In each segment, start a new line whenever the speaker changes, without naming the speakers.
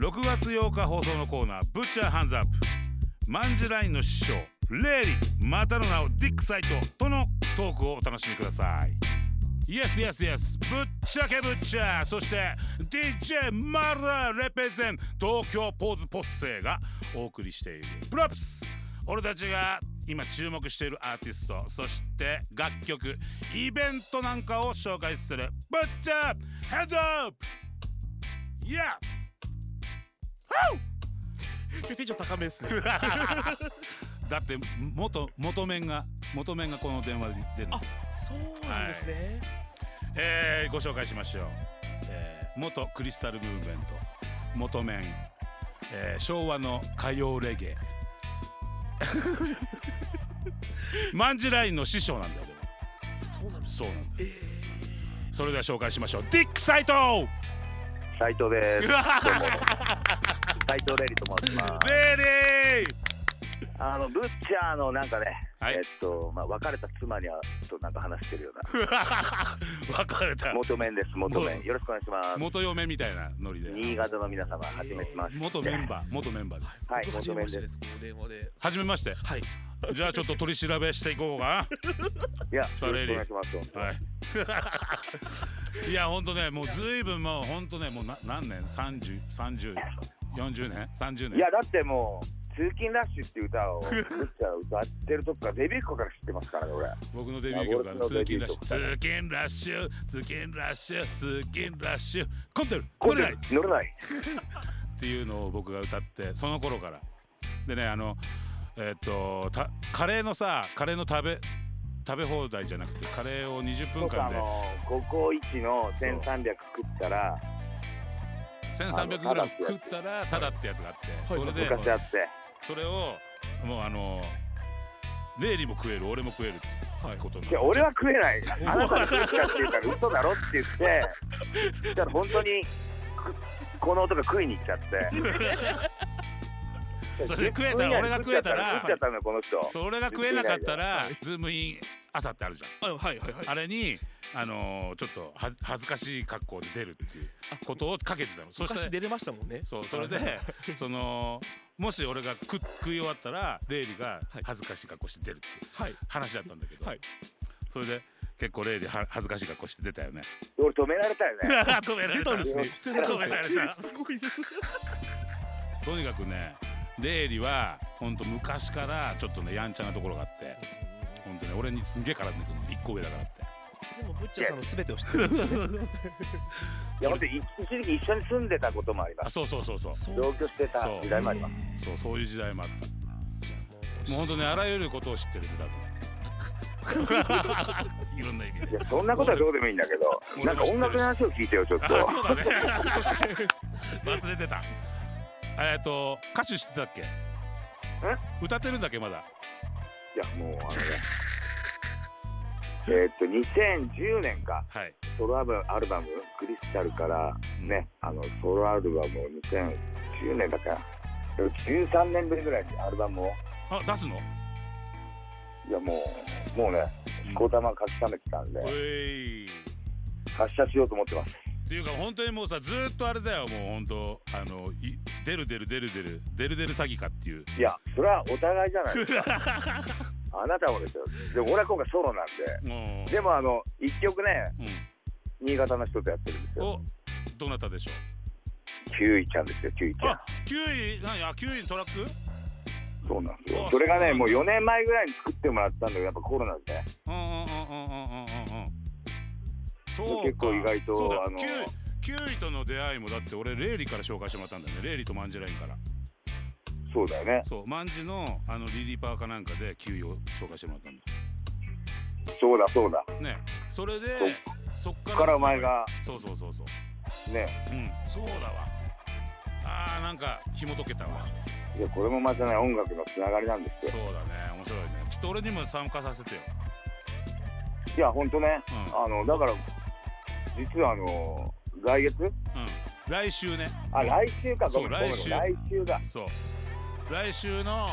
6月8日放送のコーナー「ぶっちゃハンズアップ」マンジュラインの師匠レイリーまたの名をディックサイトとのトークをお楽しみくださいイエスイエスイエスぶっちゃけぶっちゃそして DJ マラレペゼン東京ポーズポッセがお送りしているプロップス俺たちが今注目しているアーティストそして楽曲イベントなんかを紹介するぶっちゃヘッドアップ Yeah!
テンション高めですね
だって元元面が元面がこの電話で言ってるの
あそうなんですね、
えーご紹介しましょう、えー元クリスタルムーブメント元面、えー昭和の歌謡レゲ エマンジラインの師匠なんだよでも
そうなんです
そうなんです、それでは紹介しましょうディック斎藤
斉藤です。どうも斉藤レイリと申します。
レイリー
あのブッチャーのなんかね、
はい
え っとまあ別れた妻にはとなんか話してるよう
別れた
な元面です元面
も
よろしくお願いします。
元嫁みたいなノリで
新潟の皆様はじめします。
元メンバー元メンバーです
はい
僕初め
元面
まして
です。
ですこの電話で
はじめまして
はい
じゃあちょっと取り調べしていこうか
いや
さあ
よろ
レ
し
イリー
くお願いします。本当に
はい。い や本当ねもうずいぶんもう本当ねもうな何年三十三十四十年三十年
いやだってもう通勤ラッシュってい う歌をブッチャー歌ってるとこからデビュー曲から知ってますからね俺。
僕のデビュー曲
い
が
や
通勤ラッシュ通勤ラッシュ
僕のデ
通勤ラッシュ通勤ラッシュ混んでる
こ
混んでない
乗れない。
っていうのを僕が歌ってその頃からでねあのえっとたカレーのさカレーの食べ食べ放題じゃなくてカレーを20分
僕あ
間で
の五高一の1300食ったら
1300グラム食ったらタダってやつがあってそれで
昔あって。
それをもうあのレイリも食える俺も食えるってことになっ
い
て
や俺は食 えないあなたが食えたって言うから嘘だろって言ってそしたら本当にくこの音が食いに行っちゃっ て
それ食えたら俺が食えたら
食っちゃったのよこの人
それが食えなかったらズームイン朝ってあるじゃん
あはいはいはい
あれにあのーちょっとは恥ずかしい格好で出るっていうことをかけてたのそし
昔
て
出れましたもんね
そうそれで そのもし俺が食食い終わったらレイリが恥ずかしい格好して出るっていう
はい
話だったんだけど、
はい
それで結構レイリは恥ずかしい格好して出たよね
俺止められたよね
止められ
出たんですね出演されたんです
止められ
ね
た
すごいです
とにかくねレイリはほんと昔からちょっとねやんちゃなところがあってほんとね俺にすんげえ絡んでくるの1個上だからって
でもブッチャーさんの全てを知ってるんですよね
いや本当に一時期一緒に住んでたこともありま
あ
す
そうそうそうそう
そう
同居してた
そう
時代もあります
そうそういう時代もあったもう
も
ほんとねあらゆることを知ってるね多分 いろんな意味
い
で
やそんなことはどうでもいいんだ けどなんか音楽の話を聞いてよちょっ
あ
と
そうだね忘れてたえっと歌手知ってたっけ歌ってるんだっけまだ
いやもうあのねえーっと2010年か
はい
ソロアルバムクリスタルからね、あのソロアルバムを2010年だから13年ぶりぐらいにアルバムを
あ出すの
いやもうもうね
うん
しこたま書き溜めてたん
お
で
い
発射しようと思ってます
っていうか本当にもうさずーっとあれだよもう本当あのい出る出る出る出る出る出る詐欺かっていう
いやそれはお互いじゃない ですかあなたもですよでも俺は今回ソロなん
も
ででもあの一曲ね
う、
新潟の人とやってるんです
うん、
よ
おどなたでしょ
キュウイちゃんですよキュウイち
う
ゃ
あ9位何あ9位のトラック
んそうなんですよ
あ
それがね
そうなんだ
もう4年前ぐらいに作ってもらったんだけどやっぱコロナでね
うんうんうんうんうんうんうんそうか
結構意外と
そうだ
あの
9, 位との出会いもだって俺レイリから紹介してもらったんだよねレイリとマンジェラインから
そうだよね
そうマンジのあのリリーパーかなんかで9位を紹介してもらったんだ
そうだそうだ
ねそれでそっから
からお前が
そうそうそうそう
ね
うんそうだわあーなんか紐解けたわ
いやこれもまたね音楽のつながりなんですよ
そうだね面白いねちょっと俺にも参加させてよ
いやほんとね、
うん
あのだから実はあの来月
うん来週ね
あ来週か
そう
ごめんごめん
来週
来週だ
そう来週の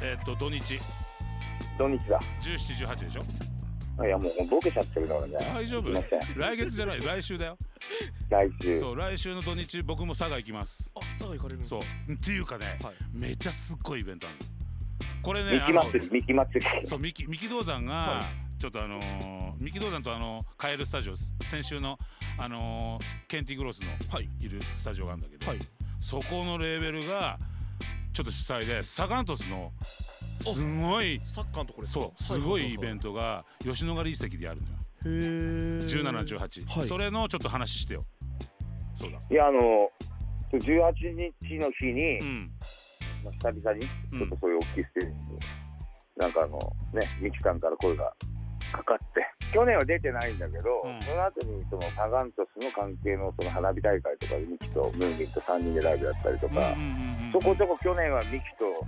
えっと土日
土日だ
1718でしょ
いやもうボケちゃってるからね
大丈夫
すいません
来月じゃない来週だよ
来週
そう来週の土日僕も佐賀行きます
あ、佐賀行かれるんです
そ
か。
うっていうかね、
はい
めちゃすっごいイベントあるのこれね
三木祭り三木祭り
そう三木三木道山が、
は
ちょっとあのー三木道山とあのカエルスタジオ先週のあのーケンティグロスの
はい
いるスタジオがあるんだけど、
はい
そこのレーベルがちょっと主催でサガン鳥栖のすごい
サッカーのところですか。
そうすごいイベン
ト。
トが吉野ヶ里遺跡であるんだよ
へえ。
1718、
はい
それのちょっと話してよそうだ
いやあの18日の日に、
うん
まあ久々に
うん
ちょっとそういう大きいステージに、なんかあのねミキさんから声がかかって去年は出てないんだけど、
うん
その後にそのサガン鳥栖の関係のその花火大会とかでミキとムーミンと3人でライブやったりと
うんうん
か、
うんうん
そこそこ去年はミキと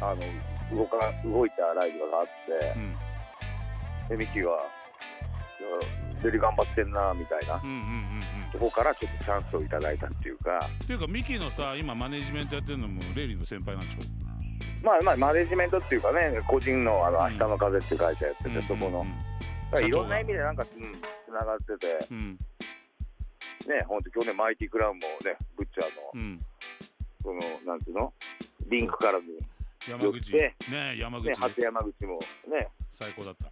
あの動か動いたライブがあって
うん
でミキが「より頑張ってんな」みたいな。
うんうんうんうん
そこからちょっとチャンスをいただいたっていうか、
っていうかミキのさ今マネジメントやってるのもレイリーの先輩なんでしょ
まあまあマネジメントっていうかね、個人のあの
うん
明日の風っていう会社やってて、そこの
うん
だからいろ
社長
んな
が
意味でなんかつながってて、
うん
ね、本当去年マイティクラウンもね、ブッチャーの
う、ん
その、なんていうの、リンクからず、ね、
山口
寄っ
ねえ山口
初山口もね、
最高だった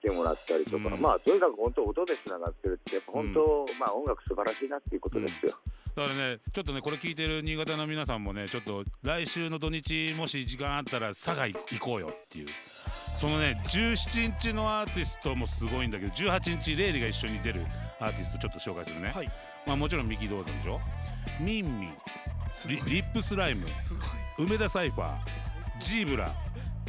来てもらったりとか、
うん
まあ、とにかく本当音でつながってるって、やっぱ本当、まあ音楽素晴らしいなっていうことですよ。
だからねちょっとねこれ聞いてる新潟の皆さんもねちょっと来週の土日もし時間あったら佐賀行こうよっていうそのね17日のアーティストもすごいんだけど18日レイリーが一緒に出るアーティストちょっと紹介するね、
はい。
まあ、もちろんミキ道山でしょミンミン
すごい
リ。リップスライム
すごい。
梅田サイファージーブラ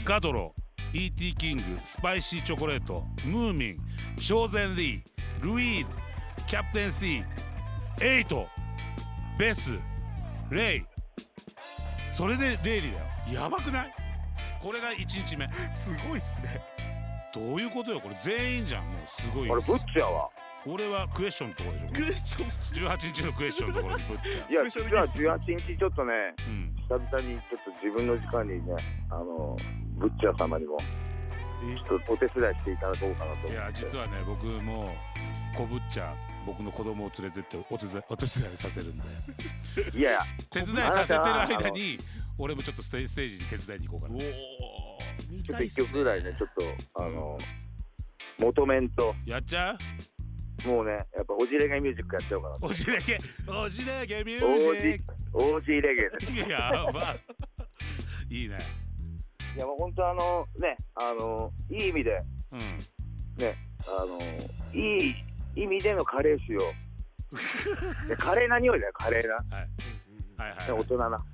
ガドロ E.T. キングスパイシーチョコレートムーミン超然リールイードキャプテン C エイトベスレイそれでレイリーだよやばくないこれが1日目
すごいですね。
どういうことよこれ全員じゃんもうすごい
あれ、ブッチャーは、
俺はクエスチョンのところでし
クエスチョン。
ょ18日のクエスチョンのところ にぶっちゃ
いや、
スペシ
実
ャルゲ
は
スト
18日ちょっとね、
う、うん、
久々にちょっと自分の時間にね、あの、ブッチャー様にも、ちょっとお手伝いしていただこうかなと思って。
いや実はね僕もこぶっちゃ僕の子供を連れてってお手伝いお手伝いさせるんで
いやいや
手伝いさせてる間に俺もちょっとステージステージに手伝いに行こうか
お
な
お。見
ちょったと
いっ
一
すね
曲ぐらいね、ちょっと、あの、元メンと、
やっちゃう
もうね、やっぱ、オジレゲミュージックやってようかなと。
おじれけおじれけミュ
オ
ー
ジ
ジ、
オジレゲです。
ックやばいいね
いや、もう本当あの、ね、あの、いい意味で、
うん
あの、いい意味でのカレー臭を。いやカレーな匂いだよ、カレーな。
はいはい、
大
うん、オッ
人な。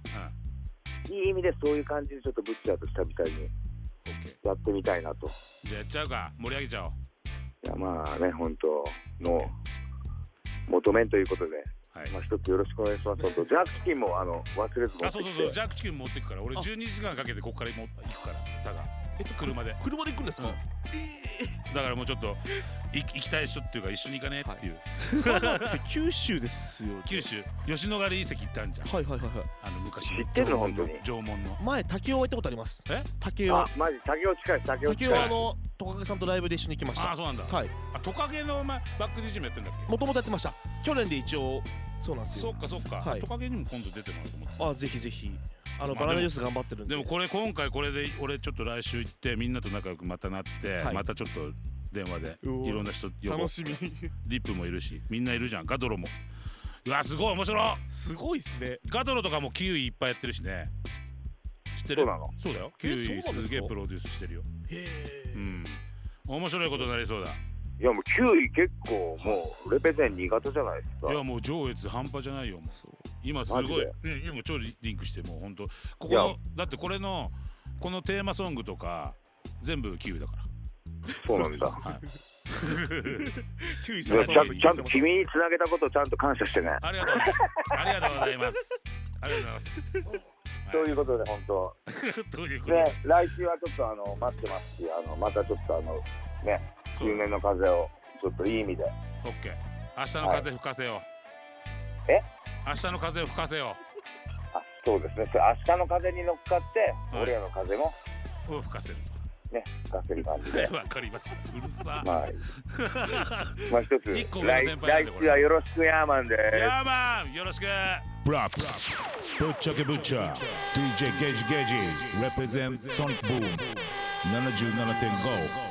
いい意味でそういう感じでちょっとブッチャーと久々に
ケー
やってみたいなと。
じゃあやっちゃうか盛り上げちゃおう
いや、まあね、本当もう、元メンということで、
はい
まあ一つよろしくお願いします。本当ジャークチキンも、あの、忘れず持
あ
って
そう
き
そう
て。
そうジャークチキン持ってくから俺12時間かけてこっからもう行くから佐賀
えっと
車で
車で行くんですか。
うんだからもうちょっとい行きたい人っていうか一緒に行かねっていう、
え九州ですよ。
九。州吉野ヶ里遺跡行ったんじゃん
はいはいはいはい。
あの昔
知ってん
縄
の
文
本当に
縄文の
前竹雄は行ったことあります。
え
竹雄。
あ、マジ、竹雄近い、竹雄
竹
近
雄
い
はあ。のトカゲさんとライブで一緒に行きまし
ああ
た。
そうなんだ
はい。
あトカゲのお前バック DJ もやってんだっけ
もともとやってました。去年で一応そうなんです
そ
よ。
っかそっか、
はい
トカゲにも今度出てもらおうと思って
あぜひぜひ。あの
まあ
バナナジュース頑張ってるんで。
でもこれ今回これで俺ちょっと来週行ってみんなと仲良くまたなって、
はい
またちょっと電話で
うお
いろんな人呼ぼう
楽しみ。
リップもいるしみんないるじゃんガドロもいやすごい面白い
すごいですね。
ガドロとかもキウイいっぱいやってるしね知ってる
そうなの
そうだよキウ
え
イ
そうなんですか
すげえプロデュースしてるよ
へ
う
え。
ん面白いことになりそうだ
いやもう9位結構もうレペゼン新潟じゃないですか。
いやもう上越半端じゃないよもう今すごい
マジで
うん今超リンクしてもうほんとここ
いや
のだってこれのこのテーマソングとか全部キウイだか
そうなんだ。
ら、はい、
九
い
州
やちゃん
そ
と
う
ちゃんと君につなげたことをちゃんと感謝してね。
ありがとうねありがとうございますありがとうございます
ということで本当
ということで、
ね来週はちょっとあの待ってますしあのまたちょっとあのね
そう
中年の風をちょっといい意味で
オッケー明日の風吹かせよう、
え
明日の風吹かせよ
あそうですねそれ明日の風に乗っかって、
はい
俺らの風も
うを吹かせる
ね吹かせる感じ
はい
で
わかりましたうるさ、
まあ まあ一つ
一個上の
来
先輩なん
来
でこれ
週はよろしくヤーマンで
ヤーマンよろしく
ブラックスぶっちゃけぶっちゃ DJ ゲージゲージ represent Sonic Boom 77.5